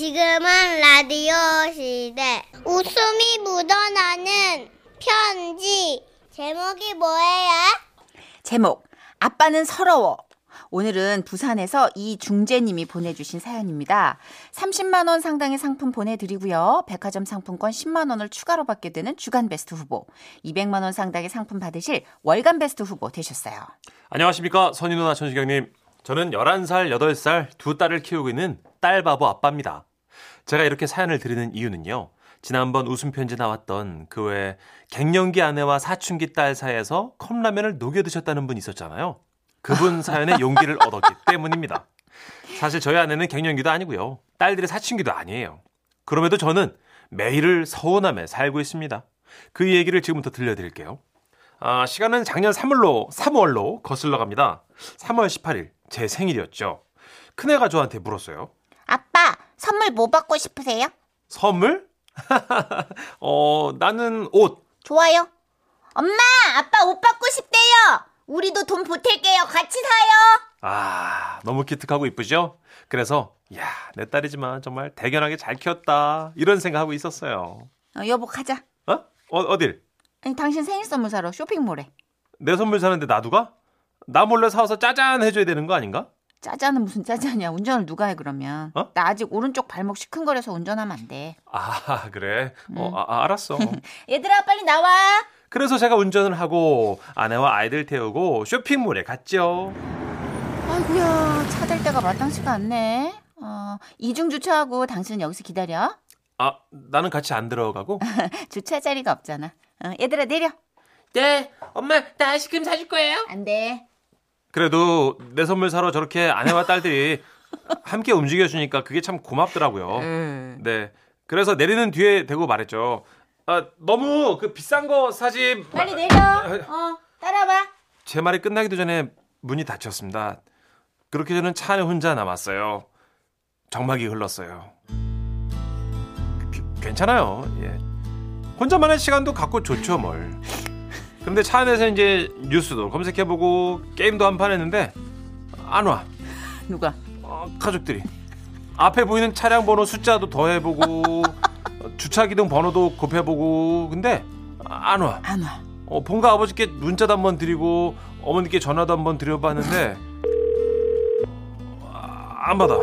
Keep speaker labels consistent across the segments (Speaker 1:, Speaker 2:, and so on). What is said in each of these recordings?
Speaker 1: 지금은 라디오 시대. 웃음이 묻어나는 편지. 제목이 뭐예요?
Speaker 2: 제목 아빠는 서러워 오늘은 부산에서 이중재님이 보내주신 사연입니다. 30만 원 상당의 상품 보내드리고요. 백화점 상품권 10만 원을 추가로 받게 되는 주간 베스트 후보, 200만 원 상당의 상품 받으실 월간 베스트 후보 되셨어요.
Speaker 3: 안녕하십니까 선희 누나 천식경님 저는 11살 8살 두 딸을 키우고 있는 딸바보 아빠입니다 제가 이렇게 사연을 드리는 이유는요 지난번 웃음편지 나왔던 그 외에 갱년기 아내와 사춘기 딸 사이에서 컵라면을 녹여 드셨다는 분 있었잖아요 그분 사연에 용기를 얻었기 때문입니다 사실 저희 아내는 갱년기도 아니고요 딸들의 사춘기도 아니에요 그럼에도 저는 매일을 서운함에 살고 있습니다 그 얘기를 지금부터 들려드릴게요 아, 시간은 작년 3월로, 3월로 거슬러 갑니다. 3월 18일, 제 생일이었죠. 큰애가 저한테 물었어요.
Speaker 2: 아빠 선물 뭐 받고 싶으세요?
Speaker 3: 선물? 어, 나는 옷.
Speaker 2: 좋아요. 엄마 아빠 옷 받고 싶대요. 우리도 돈 보탤게요. 같이 사요.
Speaker 3: 아, 너무 기특하고 이쁘죠? 그래서, 야, 내 딸이지만 정말 대견하게 잘 키웠다. 이런 생각하고 있었어요.
Speaker 2: 어, 여보 가자.
Speaker 3: 어? 어 어딜?
Speaker 2: 아니, 당신 생일 선물 사러 쇼핑몰에
Speaker 3: 내 선물 사는데 나두가? 나 몰래 사와서 짜잔 해줘야 되는 거 아닌가?
Speaker 2: 짜잔은 무슨 짜잔이야. 운전을 누가 해 그러면.
Speaker 3: 어?
Speaker 2: 나 아직 오른쪽 발목 시큰거려서 운전하면 안 돼.
Speaker 3: 아, 그래. 어, 아, 아, 알았어.
Speaker 2: 얘들아 빨리 나와.
Speaker 3: 그래서 제가 운전을 하고 아내와 아이들 태우고 쇼핑몰에 갔죠.
Speaker 2: 아이고야 찾을 데가 마땅치가 않네. 어, 이중 주차하고 당신은 여기서 기다려.
Speaker 3: 아, 나는 같이 안 들어가고?
Speaker 2: 주차 자리가 없잖아. 어, 얘들아 내려.
Speaker 4: 네, 엄마, 나 아이스크림 사줄 거예요.
Speaker 2: 안 돼.
Speaker 3: 그래도 내 선물 사러 저렇게 아내와 딸들이 함께 움직여주니까 그게 참 고맙더라고요.
Speaker 2: 음.
Speaker 3: 네. 그래서 내리는 뒤에 대고 말했죠. 아, 너무 그 비싼 거 사지. 마-
Speaker 2: 빨리 내려. 어 따라와.
Speaker 3: 제 말이 끝나기도 전에 문이 닫혔습니다. 그렇게 저는 차 안에 혼자 남았어요. 정막이 흘렀어요. 그- 괜찮아요. 예. 혼자만의 시간도 갖고 좋죠 뭘. 그런데 차 안에서 이제 뉴스도 검색해보고 게임도 한 판 했는데 안 와.
Speaker 2: 누가?
Speaker 3: 어, 가족들이 앞에 보이는 차량 번호 숫자도 더해보고 어, 주차 기둥 번호도 곱해보고 근데 안 와.
Speaker 2: 안 와.
Speaker 3: 어, 본가 아버지께 문자도 한번 드리고 어머니께 전화도 한번 드려봤는데 어, 안 받아.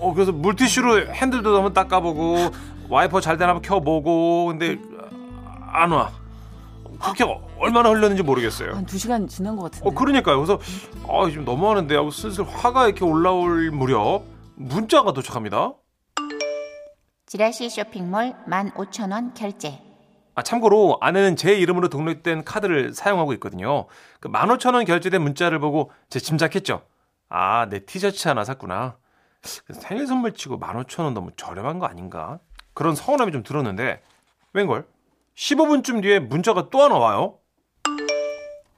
Speaker 3: 어 그래서 물티슈로 핸들도 한번 닦아보고 와이퍼 잘 되나 한번 켜보고 근데 안 와. 그렇게 어- 얼마나 흘렸는지 모르겠어요.
Speaker 2: 한 두 시간 지난 것 같은데.
Speaker 3: 어 그러니까요. 그래서 아 지금 너무하는데 하고 슬슬 화가 이렇게 올라올 무렵 문자가 도착합니다.
Speaker 2: 지라시 쇼핑몰 15,000원 결제.
Speaker 3: 아, 참고로 아내는 제 이름으로 등록된 카드를 사용하고 있거든요. 그 15,000원 결제된 문자를 보고 제 짐작했죠. 아, 내 티셔츠 하나 샀구나. 생일 선물 치고 15,000원 너무 저렴한 거 아닌가? 그런 서운함이 좀 들었는데 웬걸? 15분쯤 뒤에 문자가 또 하나 와요.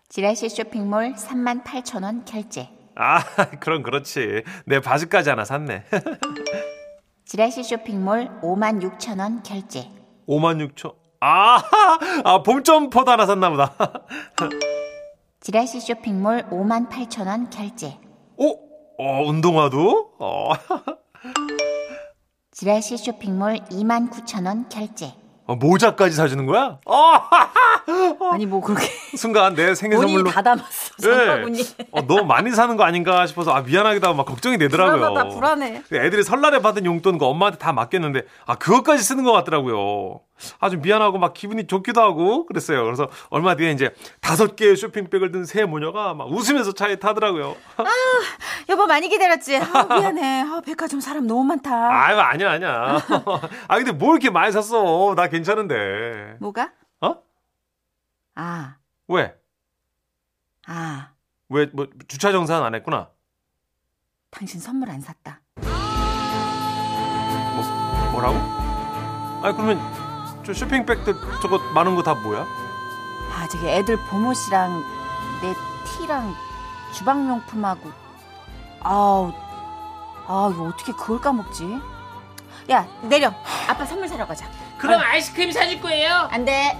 Speaker 2: 지라시 쇼핑몰 38,000원 결제.
Speaker 3: 아, 그럼 그렇지. 내 바지까지 하나 샀네.
Speaker 2: 지라시 쇼핑몰 56,000원 결제.
Speaker 3: 56,000. 아, 아, 봄점퍼도 하나 샀나 보다.
Speaker 2: 지라시 쇼핑몰 58,000원 결제.
Speaker 3: 오, 어, 운동화도? 어.
Speaker 2: 지라시 쇼핑몰 29,000원 결제.
Speaker 3: 어, 모자까지 사주는 거야? 어,
Speaker 2: 아니 뭐 그렇게 네.
Speaker 3: 순간 내 생일
Speaker 2: 본인이
Speaker 3: 선물로
Speaker 2: 다 담았어. 장바구니.
Speaker 3: 어, 너무 많이 사는 거 아닌가 싶어서 아 미안하기도 하고 막 걱정이 되더라고요.
Speaker 2: 불안하다, 어. 불안해.
Speaker 3: 애들이 설날에 받은 용돈 그 엄마한테 다 맡겼는데 아 그것까지 쓰는 것 같더라고요. 아주 미안하고 막 기분이 좋기도 하고 그랬어요. 그래서 얼마 뒤에 이제 다섯 개의 쇼핑백을 든 세 모녀가 막 웃으면서 차에 타더라고요.
Speaker 2: 여보 많이 기다렸지. 아, 미안해. 아, 백화점 사람 너무 많다.
Speaker 3: 아유 아니야 아니야. 아 근데 뭘 이렇게 많이 샀어? 나 괜찮은데.
Speaker 2: 뭐가?
Speaker 3: 어?
Speaker 2: 아,
Speaker 3: 왜?
Speaker 2: 아,
Speaker 3: 왜 뭐 주차 정산 안 했구나.
Speaker 2: 당신 선물 안 샀다.
Speaker 3: 뭐, 뭐라고? 아 그러면 저 쇼핑백들 저거 많은 거 다 뭐야?
Speaker 2: 아, 저기 애들 보모씨랑 내 티랑 주방용품하고 아우, 아 이거 어떻게 그걸 까먹지? 야 내려. 아빠 선물 사러 가자. 어.
Speaker 4: 그럼 아이스크림 사줄 거예요.
Speaker 2: 안 돼.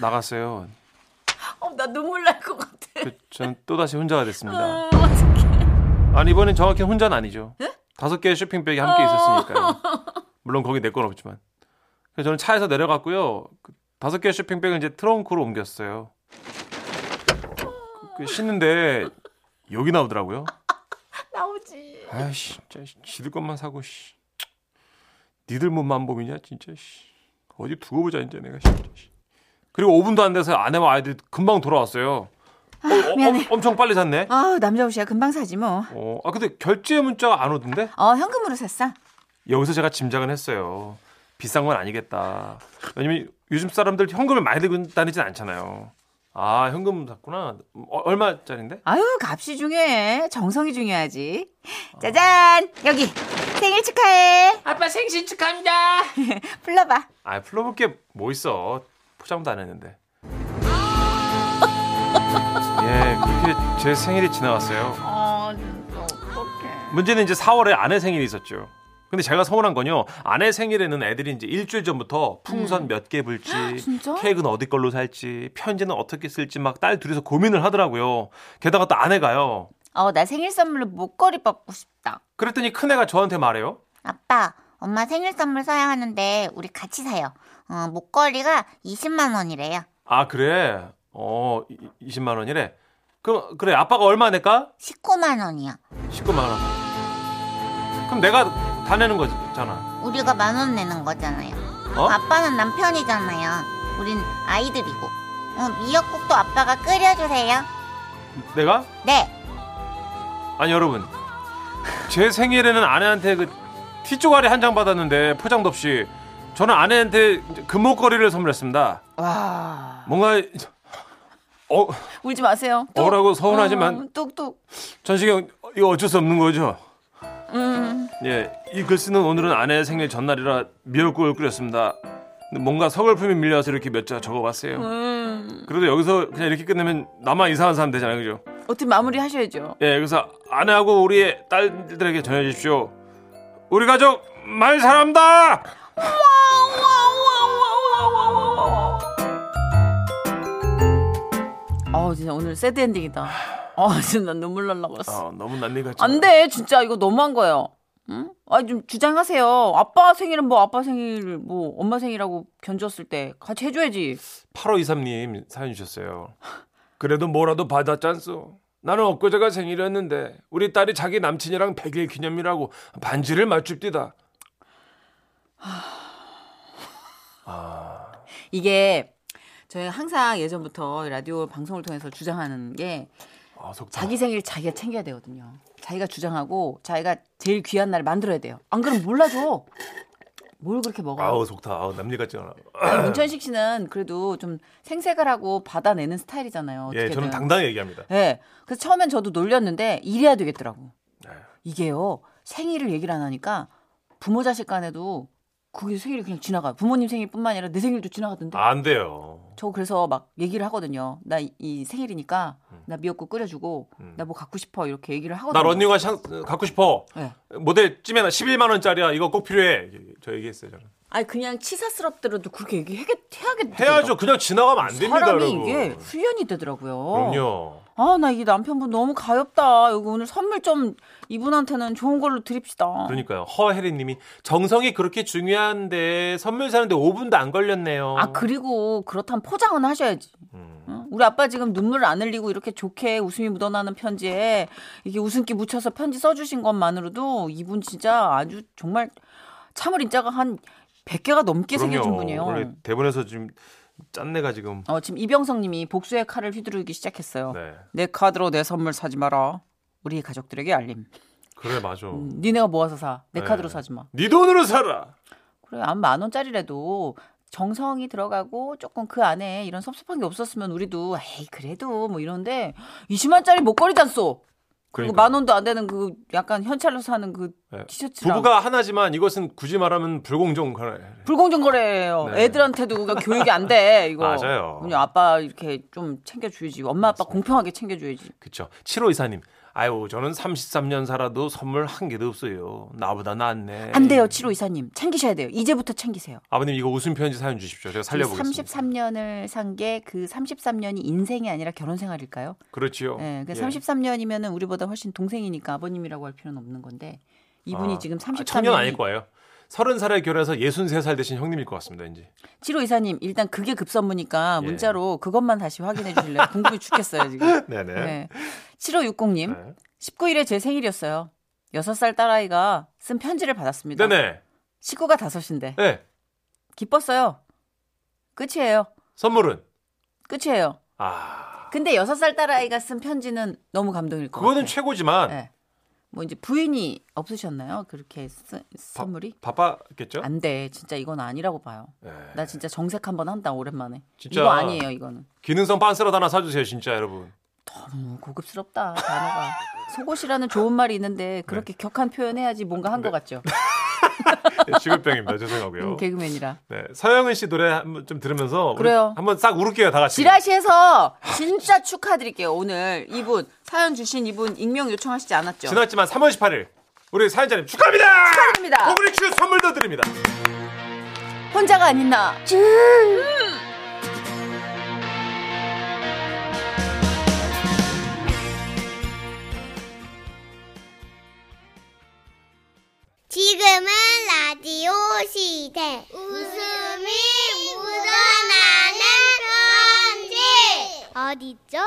Speaker 3: 나갔어요.
Speaker 2: 어, 나 눈물 날 것 같아.
Speaker 3: 그, 저는 또다시 혼자가 됐습니다. 아니 이번엔 정확히 혼자는 아니죠. 다섯 개의 쇼핑백이 함께
Speaker 5: 어.
Speaker 3: 있었으니까요. 물론 거기 내 건 없지만. 그래서 저는 차에서 내려갔고요. 그 다섯 개의 쇼핑백을 이제 트렁크로 옮겼어요. 그, 그 씻는데 여기 나오더라고요.
Speaker 5: 나오지.
Speaker 3: 아이씨, 진짜 씨, 지들 것만 사고 씨. 니들 몸만 보이냐 진짜 씨. 어디 두고 보자 이제 내가 진짜 씨. 그리고 5분도 안 돼서 아내와 아이들이 금방 돌아왔어요. 어, 어,
Speaker 5: 미안해.
Speaker 3: 엄, 청 빨리 샀네.
Speaker 2: 어,
Speaker 5: 아 남자 옷이야 금방 사지 뭐.
Speaker 3: 어, 아 근데 결제 문자가 안 오던데?
Speaker 5: 어 현금으로 샀어.
Speaker 3: 여기서 제가 짐작은 했어요. 비싼 건 아니겠다. 왜냐면 요즘 사람들 현금을 많이 들고 다니진 않잖아요. 아 현금 샀구나. 어, 얼마짜린데?
Speaker 5: 아유 값이 중요해. 정성이 중요하지.
Speaker 4: 어.
Speaker 5: 짜잔 여기 생일 축하해.
Speaker 6: 아빠 생신 축하합니다.
Speaker 5: 불러봐.
Speaker 3: 아 풀어볼 게 뭐 있어? 포장도 안 했는데. 예 그렇게 제 생일이 지나갔어요.
Speaker 5: 어 진짜 어떡해.
Speaker 3: 문제는 이제 4월에 아내 생일이 있었죠. 근데 제가 서운한 건요. 아내 생일에는 애들이 이제 일주일 전부터 풍선 몇 개 불지,
Speaker 5: 음. 아, 진짜?
Speaker 3: 케이크는 어디 걸로 살지, 편지는 어떻게 쓸지 막 딸 둘이서 고민을 하더라고요. 게다가 또 아내가요.
Speaker 5: 어나 생일 선물로 목걸이 뽑고 싶다.
Speaker 3: 그랬더니 큰애가 저한테 말해요.
Speaker 5: 아빠 엄마 생일 선물 사야 하는데 우리 같이 사요. 어 목걸이가 20만 원이래요.
Speaker 3: 아 그래? 어 이- 이- 20만 원이래. 그럼 그래 아빠가 얼마 낼까?
Speaker 5: 19만 원이요.
Speaker 3: 19만 원. 그럼 내가 다 내는 거잖아.
Speaker 5: 우리가 만 원 내는 거잖아요.
Speaker 3: 어?
Speaker 5: 아빠는 남편이잖아요. 우린 아이들이고. 어, 미역국도 아빠가 끓여주세요.
Speaker 3: 내가?
Speaker 5: 네.
Speaker 3: 아니 여러분 제 생일에는 아내한테 그 티조가리 한 장 받았는데 포장도 없이 저는 아내한테 금목걸이를 선물했습니다.
Speaker 5: 와.
Speaker 3: 뭔가 어
Speaker 5: 울지 마세요.
Speaker 3: 어라고 서운하지만
Speaker 5: 음, 똑똑.
Speaker 3: 전시경 이거 어쩔 수 없는 거죠.
Speaker 5: 음.
Speaker 3: 예, 이 글쓰는 오늘은 아내의 생일 전날이라 미역국을 끓였습니다. 근데 뭔가 서글픔이 밀려서 이렇게 몇 자 적어봤어요.
Speaker 5: 음.
Speaker 3: 그래도 여기서 그냥 이렇게 끝내면 나만 이상한 사람 되잖아요, 그죠?
Speaker 5: 어떻게 마무리 하셔야죠.
Speaker 3: 예, 그래서 아내하고 우리의 딸들에게 전해주십시오. 우리 가족 많이 사랑합니다.
Speaker 2: 어 진짜 오늘 새드 엔딩이다. 아 진짜 난 눈물 날라 그랬어.
Speaker 3: 아, 너무 난리 같지.
Speaker 2: 안 돼, 진짜 이거 너무한 거예요. 응? 아좀 주장하세요. 아빠 생일은 뭐 아빠 생일 뭐 엄마 생일하고 견주었을 때 같이 해줘야지.
Speaker 3: 8523님 사연 주셨어요. 그래도 뭐라도 받았잖소. 나는 엊그제가 생일이었는데 우리 딸이 자기 남친이랑 100일 기념이라고 반지를 맞춥디다.
Speaker 2: 이게 저희 항상 예전부터 라디오 방송을 통해서 주장하는 게
Speaker 3: 아, 속다.
Speaker 2: 자기 생일 자기가 챙겨야 되거든요. 자기가 주장하고 자기가 제일 귀한 날 만들어야 돼요. 안 그러면 몰라줘. 뭘 그렇게 먹어?
Speaker 3: 아우 속다. 아우 남일 같지 않아.
Speaker 2: 아니, 문천식 씨는 그래도 좀 생색을 하고 받아내는 스타일이잖아요.
Speaker 3: 예,
Speaker 2: 어떻게든.
Speaker 3: 저는 당당히 얘기합니다.
Speaker 2: 예. 그래서 처음엔 저도 놀렸는데 이래야 되겠더라고.
Speaker 3: 네.
Speaker 2: 이게요. 생일을 얘기를 안 하니까 부모 자식 간에도 그게 생일이 그냥 지나가요. 부모님 생일뿐만 아니라 내 생일도 지나가던데.
Speaker 3: 안 돼요.
Speaker 2: 저 그래서 막 얘기를 하거든요. 나 이 생일이니까 나 미역국 끓여주고
Speaker 3: 음.
Speaker 2: 나 뭐 갖고 싶어 네. 이렇게 얘기를 하거든요.
Speaker 3: 나 런닝화 샹, 갖고 싶어.
Speaker 2: 예.
Speaker 3: 모델 찜에나 11만 원짜리야. 이거 꼭 필요해. 저 얘기했어요. 저는.
Speaker 2: 아니 그냥 치사스럽더라도 그렇게 얘기해야겠
Speaker 3: 해야죠. 그냥 지나가면 안 됩니다,
Speaker 2: 사람이
Speaker 3: 여러분.
Speaker 2: 이게 훈련이 되더라고요.
Speaker 3: 그럼요.
Speaker 2: 아, 나 이 남편분 너무 가엽다. 여기 오늘 선물 좀 이분한테는 좋은 걸로 드립시다.
Speaker 3: 그러니까요. 허혜리님이 정성이 그렇게 중요한데 선물 사는데 5분도 안 걸렸네요.
Speaker 2: 아, 그리고 그렇다면 포장은 하셔야지.
Speaker 3: 어. 음.
Speaker 2: 응? 우리 아빠 지금 눈물 안 흘리고 이렇게 좋게 웃음이 묻어나는 편지에 이게 웃음기 묻혀서 편지 써주신 것만으로도 이분 진짜 아주 정말 참을 인자가 한 100개가 넘게 새겨준
Speaker 3: 그럼요.
Speaker 2: 분이에요.
Speaker 3: 원래 대본에서 지금 짠내가 지금.
Speaker 2: 어, 지금 이병성 님이 복수의 칼을 휘두르기 시작했어요.
Speaker 3: 네.
Speaker 2: 내 카드로 내 선물 사지 마라. 우리 가족들에게 알림.
Speaker 3: 그래 맞아.
Speaker 2: 음, 니네가 모아서 사. 내
Speaker 3: 어. 네.
Speaker 2: 카드로 사지 마.
Speaker 3: 네 돈으로 살아.
Speaker 2: 그래 안 만 원짜리라도 정성이 들어가고 조금 그 안에 이런 섭섭한 게 없었으면 우리도 에이 그래도 뭐 이런데 20만짜리 목걸이잖소. 그리고 만 원도 안 되는 그 약간 현찰로 사는 그
Speaker 3: 네.
Speaker 2: 티셔츠랑
Speaker 3: 부부가 하나지만 이것은 굳이 말하면 불공정 거래.
Speaker 2: 불공정 거래예요.
Speaker 3: 네.
Speaker 2: 애들한테도 그러니까 교육이 안 돼 이거.
Speaker 3: 맞아요.
Speaker 2: 그냥 아빠 이렇게 좀 챙겨줘야지. 엄마 아빠 공평하게 챙겨줘야지.
Speaker 3: 그쵸. 7호 이사님. 아유, 저는 33년 살아도 선물 한 개도 없어요. 나보다 낫네.
Speaker 7: 안 돼요, 7호 이사님. 챙기셔야 돼요. 이제부터 챙기세요.
Speaker 3: 아버님 이거 웃음 편지 사연 주십시오. 제가 살려보겠습니다.
Speaker 7: 33년을 산 게 그 33년이 인생이 아니라 결혼 생활일까요?
Speaker 3: 그렇지요.
Speaker 2: 네,
Speaker 7: 예, 그
Speaker 3: 예.
Speaker 7: 33년이면은 우리보다 훨씬 동생이니까 아버님이라고 할 필요는 없는 건데 이분이
Speaker 3: 아,
Speaker 7: 지금
Speaker 3: 아,
Speaker 7: 33년
Speaker 3: 청년 아닐 거예요. 30살에 결혼해서 63살 되신 형님일 것 같습니다. 이제.
Speaker 7: 7호 이사님 일단 그게 급선무니까
Speaker 3: 예.
Speaker 7: 문자로 그것만 다시 확인해 주실래요? 궁금해 죽겠어요, 지금.
Speaker 3: 네네.
Speaker 7: 네. 7호 60님.
Speaker 3: 네.
Speaker 7: 19일에 제 생일이었어요. 6살 딸아이가 쓴 편지를 받았습니다.
Speaker 3: 네네.
Speaker 7: 식구가 다섯인데.
Speaker 3: 네.
Speaker 7: 기뻤어요. 끝이에요.
Speaker 3: 선물은
Speaker 7: 끝이에요.
Speaker 3: 아
Speaker 7: 근데 6살 딸아이가 쓴 편지는 너무 감동일 것
Speaker 3: 그거는
Speaker 7: 같아요.
Speaker 3: 최고지만
Speaker 7: 네. 뭐 이제 부인이 없으셨나요? 그렇게 쓰- 선물이?
Speaker 3: 바빠겠죠.
Speaker 7: 안 돼. 진짜 이건 아니라고 봐요.
Speaker 3: 예.
Speaker 7: 나 진짜 정색 한번 한다 오랜만에.
Speaker 3: 진짜.
Speaker 7: 이거 아니에요, 이거는.
Speaker 3: 기능성 빤스라도 하나 사주세요, 진짜 여러분.
Speaker 7: 너무 음, 고급스럽다 단어가. 속옷이라는 좋은 말이 있는데 그렇게 격한 표현해야지 뭔가 한 것 같죠.
Speaker 3: 네, 직업병입니다. 죄송하고요.
Speaker 7: 음, 개그맨이라.
Speaker 3: 네, 서영은 씨 노래 한번 좀 들으면서 우리
Speaker 7: 그래요.
Speaker 3: 한번 싹 울을게요, 다 같이.
Speaker 7: 지라시에서 진짜 축하드릴게요. 오늘 이분 사연 주신 이분 익명 요청하시지 않았죠?
Speaker 3: 지났지만 3월 18일 우리 사연자님 축하합니다.
Speaker 7: 축하드립니다.
Speaker 3: 고구리 큐 선물도 드립니다.
Speaker 7: 혼자가 아닌 나.
Speaker 1: 지금은 라디오 시대. 웃음이 묻어나는 편지. 어딨죠?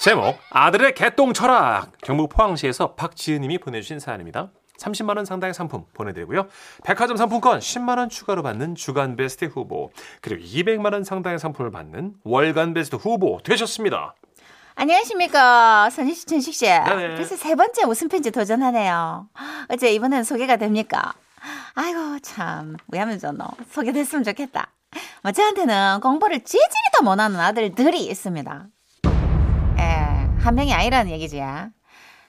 Speaker 3: 제목 아들의 개똥 철학 경북 포항시에서 박지은님이 보내주신 사연입니다. 30만 원 상당의 상품 보내드리고요. 백화점 상품권 10만 원 추가로 받는 주간 베스트 후보 그리고 200만 원 상당의 상품을 받는 월간 베스트 후보 되셨습니다.
Speaker 2: 안녕하십니까. 선희씨, 천식씨.
Speaker 3: 네네.
Speaker 2: 벌써 세 번째 웃음 편지 도전하네요. 어제 이번엔 소개가 됩니까? 아이고, 참. 왜 하면 저노. 소개됐으면 좋겠다. 뭐 저한테는 공부를 지지리도 못하는 아들들이 있습니다. 에, 한 명이 아니라는 얘기지.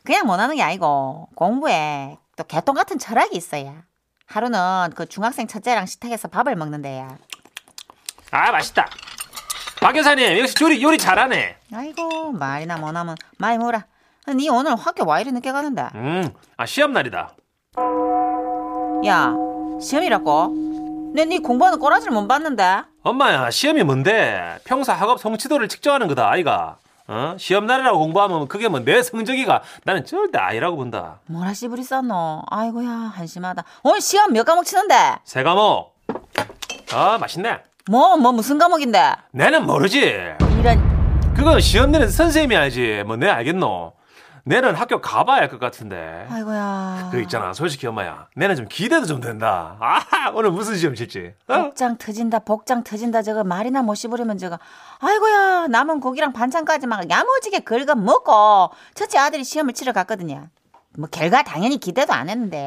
Speaker 2: 그냥 못하는 게 아니고 공부에 또 개똥 같은 철학이 있어야. 하루는 그 중학생 첫째랑 식탁에서 밥을 먹는데야.
Speaker 3: 아 맛있다. 박 여사님 역시 요리 요리 잘하네.
Speaker 2: 아이고 말이나 뭐나면 많이 물어. 니 오늘 학교 와 이리 늦게 가는데?
Speaker 3: 음아 시험 날이다.
Speaker 2: 야 시험이라고? 내니 네 공부하는 꼬라지를 못 봤는데?
Speaker 3: 엄마야 시험이 뭔데? 평소 학업 성취도를 측정하는 거다 아이가. 어? 시험 날이라고 공부하면 그게 뭐 내 성적이가 나는 절대 아니라고 본다.
Speaker 2: 뭐라 씨부리 썼노? 아이고야 한심하다. 오늘 시험 몇 과목 치는데?
Speaker 3: 새 과목. 뭐? 아 맛있네.
Speaker 2: 뭐 뭐 무슨 과목인데?
Speaker 3: 내는 모르지.
Speaker 2: 이런
Speaker 3: 그건 시험 내는 선생님이 알지. 뭐 내 알겠노. 내는 학교 가봐야 할 것 같은데.
Speaker 2: 아이고야.
Speaker 3: 그 있잖아. 솔직히 엄마야. 내는 좀 기대도 좀 된다. 아 오늘 무슨 시험 칠지. 어?
Speaker 2: 복장 터진다 복장 터진다 저거 말이나 못 씹으려면 저거 아이고야 남은 고기랑 반찬까지 막 야무지게 긁어 먹고 첫째 아들이 시험을 치러 갔거든요 뭐 결과 당연히 기대도 안 했는데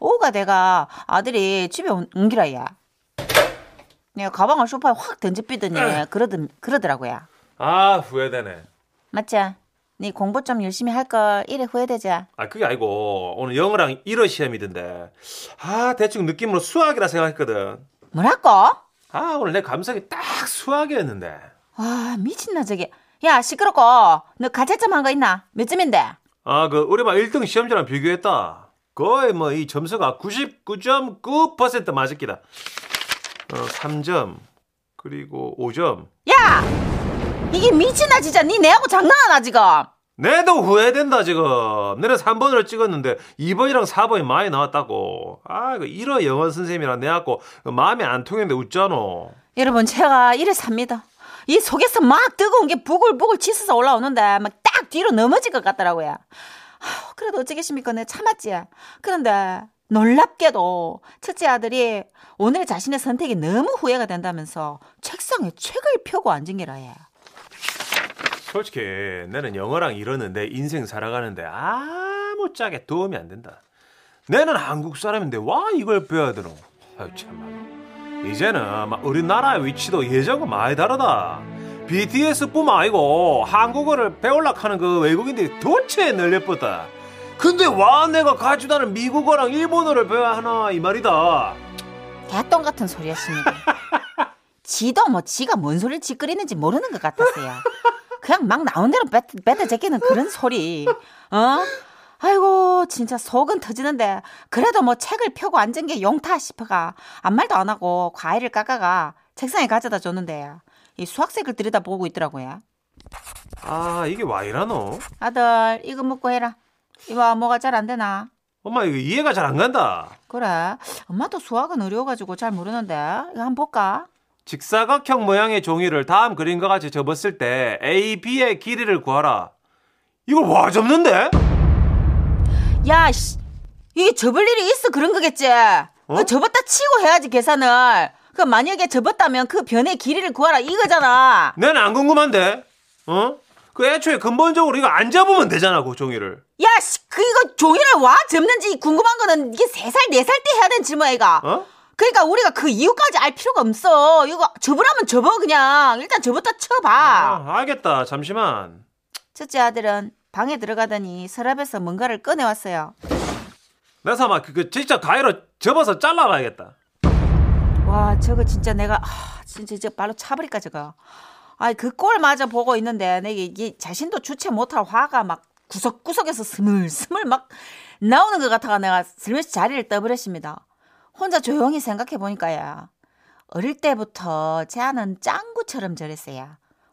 Speaker 2: 오후가 돼가 아들이 집에 온- 옮기라야 네, 내가 가방을 소파에 확 던지삐더니 그러더, 그러더라고요
Speaker 3: 아 후회되네.
Speaker 2: 맞지? 네 공부 좀 열심히 할 걸 이래 후회되지
Speaker 3: 아 그게 아니고 오늘 영어랑 일어 시험이던데. 아 대충 느낌으로 수학이라 생각했거든.
Speaker 2: 뭐라고?
Speaker 3: 아 오늘 내 감성이 딱 수학이었는데.
Speaker 2: 와 아, 미친나 저게 야 시끄럽고 너 가채점 한 거 있나? 몇 점인데?
Speaker 3: 아 그 우리 막 1등 시험지랑 비교했다. 거의 뭐 이 점수가 99.9% 맞을 기다. 어 3점 그리고 5점.
Speaker 2: 야! 이게 미친아 진짜 니 내하고 장난하나 지금
Speaker 3: 내도 후회된다 지금. 내는 3번을 찍었는데 2번이랑 4번이 많이 나왔다고. 아 이거 이러 영어 선생님이랑 내갖고 마음이 안 통했는데 웃잖아.
Speaker 2: 여러분 제가 이래 삽니다 이 속에서 막 뜨거운 게 부글부글 치솟아 올라오는데 막 딱 뒤로 넘어질 것 같더라고요 아휴, 그래도 어쩌겠습니까 내가 참았지 그런데 놀랍게도 첫째 아들이 오늘 자신의 선택이 너무 후회가 된다면서 책상에 책을 펴고 앉은 게라 해
Speaker 3: 솔직히 내는 영어랑 이러는 내 인생 살아가는데 아무짝에 도움이 안 된다. 내는 한국 사람인데 와 이걸 배워야 되노. 아유 참. 이제는 막 우리나라의 위치도 예전과 많이 다르다. BTS뿐만 아니고 한국어를 배울라 하는 그 외국인들이 도대체 늘려뻗다. 근데 와 내가 가지도 않은 미국어랑 일본어를 배워야 하나 이 말이다.
Speaker 2: 개똥 같은 소리 하십니다. 지도 뭐 지가 뭔 소리를 지껄이는지 모르는 것 같았어요. 그냥 막 나온 대로 뱉, 뱉어 제끼는 그런 소리. 어? 아이고, 진짜 속은 터지는데. 그래도 뭐 책을 펴고 앉은 게 용타 싶어가. 아무 말도 안 하고 과일을 깎아가 책상에 가져다 줬는데. 이 수학책을 들여다보고 있더라고요.
Speaker 3: 아 이게 와이라노?
Speaker 2: 아들, 이거 먹고 해라. 이봐, 뭐가 잘 안 되나?
Speaker 3: 엄마 이거 이해가 잘 안 간다.
Speaker 2: 그래. 엄마도 수학은 어려워가지고 잘 모르는데. 이거 한번 볼까?
Speaker 3: 직사각형 모양의 종이를 다음 그림과 같이 접었을 때 A, B의 길이를 구하라. 이걸 와 접는데?
Speaker 2: 야, 씨. 이게 접을 일이 있어 그런 거겠지? 그 접었다 치고 해야지 계산을. 그 만약에 접었다면 그 변의 길이를 구하라 이거잖아.
Speaker 3: 난 안 궁금한데. 어? 그 애초에 근본적으로 이거 안 접으면 되잖아 그 종이를.
Speaker 2: 야, 씨, 그 이거 종이를 와 접는지 궁금한 거는 이게 세 살, 네 살 때 해야 되는 질문 아이가.
Speaker 3: 어?
Speaker 2: 그러니까 우리가 그 이유까지 알 필요가 없어. 이거 접으라면 접어 그냥. 일단 접었다 쳐봐.
Speaker 3: 아, 알겠다. 잠시만.
Speaker 2: 첫째 아들은 방에 들어가더니 서랍에서 뭔가를 꺼내왔어요.
Speaker 3: 내 삼아 그, 그 진짜 가위로 접어서 잘라봐야겠다.
Speaker 2: 와 저거 진짜 내가 아, 진짜 이제 발로 차버릴까 저거 아이 그꼴 마저 보고 있는데 내게 이게 자신도 주체 못할 화가 막 구석구석에서 스물스물 막 나오는 것 같아가 내가 슬며시 자리를 떠버렸습니다 혼자 조용히 생각해 보니까요 어릴 때부터 제 아는 짱구처럼 저랬어요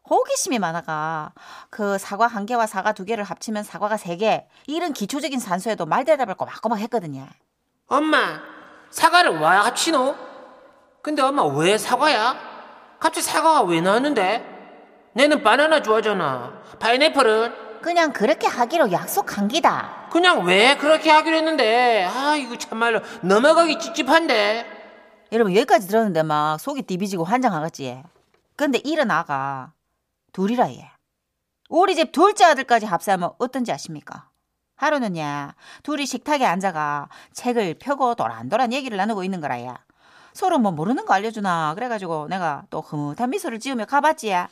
Speaker 2: 호기심이 많아가 그 사과 한 개와 사과 두 개를 합치면 사과가 세 개 이런 기초적인 산소에도 말 대답을 꼬박꼬박 했거든요
Speaker 4: 엄마, 사과를 와 합치노? 근데 엄마 왜 사과야? 갑자기 사과가 왜 나왔는데? 내는 바나나 좋아하잖아. 파인애플은
Speaker 2: 그냥 그렇게 하기로 약속한 기다
Speaker 4: 그냥 왜 그렇게 하기로 했는데? 아, 이거 참말로 넘어가기 찝찝한데.
Speaker 2: 여러분 여기까지 들었는데 막 속이 디비지고 환장하겠지. 근데 이런 아가 둘이라 얘. 우리 집 둘째 아들까지 합세하면 어떤지 아십니까? 하루는 야 둘이 식탁에 앉아가 책을 펴고 도란도란 얘기를 나누고 있는 거라 야. 서로 뭐 모르는 거 알려주나 그래가지고 내가 또 흐뭇한 미소를 지으며 가봤지 야.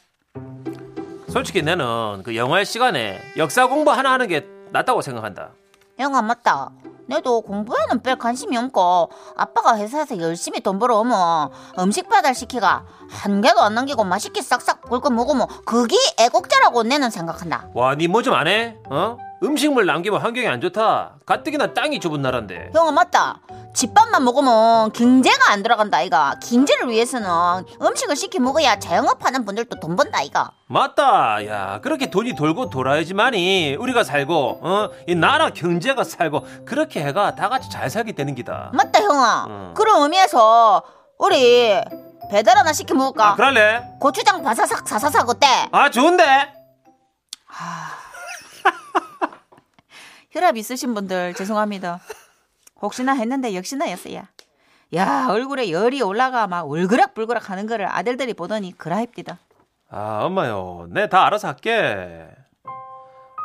Speaker 3: 솔직히 나는 그 영화의 시간에 역사 공부 하나 하는 게 낫다고 생각한다.
Speaker 2: 영아 맞다. 내도 공부에는 별 관심이 없고 아빠가 회사에서 열심히 돈 벌어오면 음식 배달시키가 한 개도 안 남기고 맛있게 싹싹 긁어 먹으면 그게 애국자라고 내는 생각한다.
Speaker 3: 와, 니 뭐 좀 안 해? 어? 음식물 남기면 환경이 안 좋다. 가뜩이나 땅이 좁은 나라인데.
Speaker 2: 영아 맞다. 집밥만 먹으면 경제가 안 돌아간다 이가. 경제를 위해서는 음식을 시켜 먹어야 자영업하는 분들도 돈 번다 이가.
Speaker 3: 맞다. 야, 그렇게 돈이 돌고 돌아야지만이 우리가 살고, 어? 이 나라 경제가 살고, 그렇게 해가 다 같이 잘 살게 되는 기다.
Speaker 2: 맞다 형아.
Speaker 3: 음.
Speaker 2: 그런 의미에서 우리 배달 하나 시켜 먹을까?
Speaker 3: 아, 그럴래?
Speaker 2: 고추장 바사삭 사사삭 어때?
Speaker 3: 아, 좋은데?
Speaker 2: 혈압 있으신 분들 죄송합니다. 혹시나 했는데 역시나였어요. 야 얼굴에 열이 올라가 막 울그락불그락 하는 거를 아들들이 보더니 그라입디다.
Speaker 3: 아, 엄마요. 내 다 알아서 할게.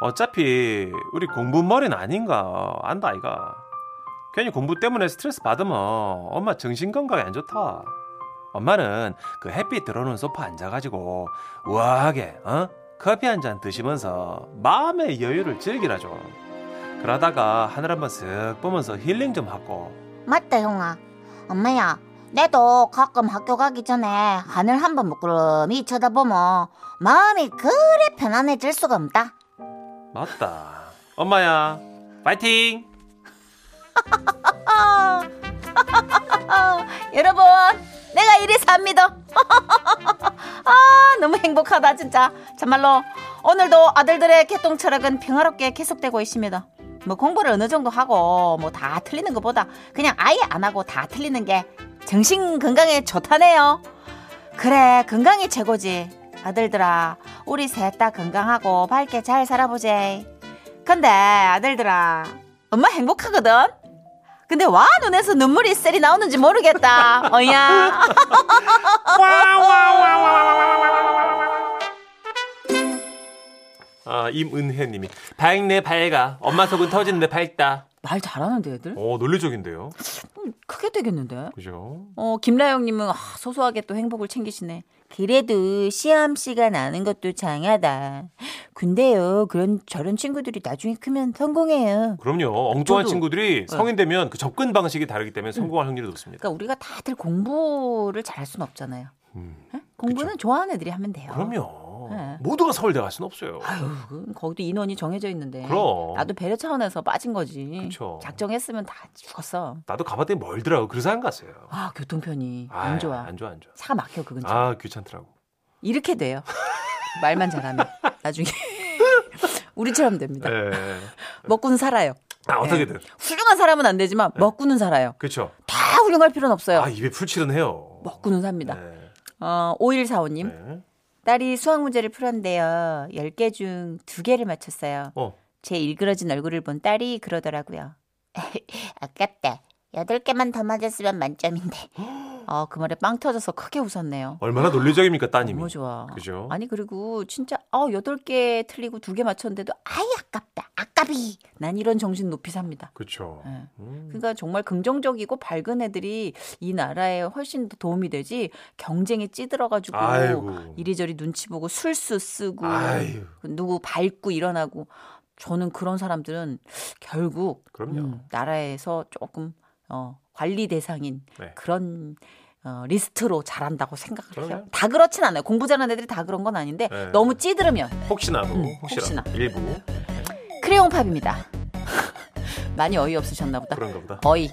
Speaker 3: 어차피 우리 공부머리는 아닌가. 안다, 아이가. 괜히 공부 때문에 스트레스 받으면 엄마 정신 건강에 안 좋다. 엄마는 그 햇빛 들어오는 소파 앉아가지고 우아하게 어? 커피 한 잔 드시면서 마음의 여유를 즐기라 좀. 그러다가 하늘 한번 쓱 보면서 힐링 좀 하고
Speaker 2: 맞다 형아. 엄마야 내도 가끔 학교 가기 전에 하늘 한번 무끄러미 쳐다보면 마음이 그래 편안해질 수가 없다.
Speaker 3: 맞다. 엄마야 파이팅!
Speaker 2: 여러분 내가 이래 삽니다. 아 너무 행복하다 진짜. 참말로 오늘도 아들들의 개똥 철학은 평화롭게 계속되고 있습니다. 뭐 공부를 어느 정도 하고 뭐 다 틀리는 것보다 그냥 아예 안 하고 다 틀리는 게 정신 건강에 좋다네요. 그래 건강이 최고지. 아들들아 우리 셋 다 건강하고 밝게 잘 살아보제. 근데 아들들아 엄마 행복하거든. 근데 와 눈에서 눈물이 셀이 나오는지 모르겠다. 어야.
Speaker 3: 아, 임은혜님이 밝네 밝아 엄마 속은 터지는데 밝다.
Speaker 7: 말 잘하는데 애들?
Speaker 3: 어 논리적인데요.
Speaker 7: 크게 되겠는데?
Speaker 3: 그죠?
Speaker 7: 어, 김라영님은 아, 소소하게 또 행복을 챙기시네. 그래도 시험 시간 아는 것도 장하다. 근데요, 그런 저런 친구들이 나중에 크면 성공해요.
Speaker 3: 그럼요. 엉뚱한
Speaker 7: 저도.
Speaker 3: 친구들이
Speaker 2: 네.
Speaker 3: 성인 되면 그 접근 방식이 다르기 때문에 성공할 확률이 높습니다.
Speaker 7: 그러니까 우리가 다들 공부를 잘할 수는 없잖아요.
Speaker 3: 음,
Speaker 7: 응? 공부는 좋아하는 애들이 하면 돼요.
Speaker 3: 그럼요.
Speaker 2: 그러니까 네.
Speaker 3: 모두가 서울대 갈 수는 없어요.
Speaker 2: 그건 거기도 인원이 정해져 있는데.
Speaker 3: 그럼.
Speaker 2: 나도 배려 차원에서 빠진 거지.
Speaker 3: 그쵸.
Speaker 2: 작정했으면 다 죽었어.
Speaker 3: 나도 가봤더니 멀더라고. 그래서 안 갔어요.
Speaker 2: 아 교통편이
Speaker 3: 아이,
Speaker 2: 안 좋아.
Speaker 3: 안 좋아, 안 좋아.
Speaker 2: 차가 막혀 그 근처.
Speaker 3: 아, 귀찮더라고.
Speaker 2: 이렇게 돼요. 말만 잘하면 나중에 우리처럼 됩니다.
Speaker 3: 예.
Speaker 2: 먹고는 살아요.
Speaker 3: 아,
Speaker 2: 네.
Speaker 3: 어떻게든.
Speaker 2: 훌륭한 사람은 안 되지만 먹고는 살아요.
Speaker 3: 그렇죠.
Speaker 2: 다 훌륭할 필요는 없어요.
Speaker 3: 네. 아, 입에 풀칠은 해요.
Speaker 2: 네. 먹고는 삽니다.
Speaker 3: 네.
Speaker 2: 어, 5145님.
Speaker 3: 네.
Speaker 2: 딸이 수학 문제를 풀었는데요. 10개 중 2개를 맞췄어요.
Speaker 3: 어.
Speaker 2: 제 일그러진 얼굴을 본 딸이 그러더라고요. 아깝다. 8개만 더 맞았으면 만점인데. 어, 그 말에 빵 터져서 크게 웃었네요.
Speaker 3: 얼마나 논리적입니까, 따님이.
Speaker 2: 너무 좋아. 어,
Speaker 3: 그죠?
Speaker 2: 아니 그리고 진짜 어 여덟 개 틀리고 두 개 맞췄는데도 아이 아깝다 아깝이 난 이런 정신 높이 삽니다.
Speaker 3: 그렇죠.
Speaker 2: 예.
Speaker 3: 음.
Speaker 2: 그러니까 정말 긍정적이고 밝은 애들이 이 나라에 훨씬 더 도움이 되지 경쟁에 찌들어가지고
Speaker 3: 아이고.
Speaker 2: 이리저리 눈치 보고 술수 쓰고
Speaker 3: 아유.
Speaker 2: 누구 밟고 일어나고 저는 그런 사람들은 결국
Speaker 3: 그럼요.
Speaker 2: 음, 나라에서 조금 어, 관리 대상인
Speaker 3: 네.
Speaker 2: 그런 어, 리스트로 잘한다고 생각을 해요.
Speaker 3: 그럼요.
Speaker 2: 다 그렇진 않아요. 공부 잘하는 애들이 다 그런 건 아닌데
Speaker 3: 네.
Speaker 2: 너무 찌들으면
Speaker 3: 혹시나도 뭐,
Speaker 2: 음,
Speaker 3: 혹시나,
Speaker 2: 혹시나.
Speaker 3: 일부
Speaker 2: 크레용팝입니다. 많이 어이 없으셨나 보다.
Speaker 3: 그런가 보다.
Speaker 2: 어이.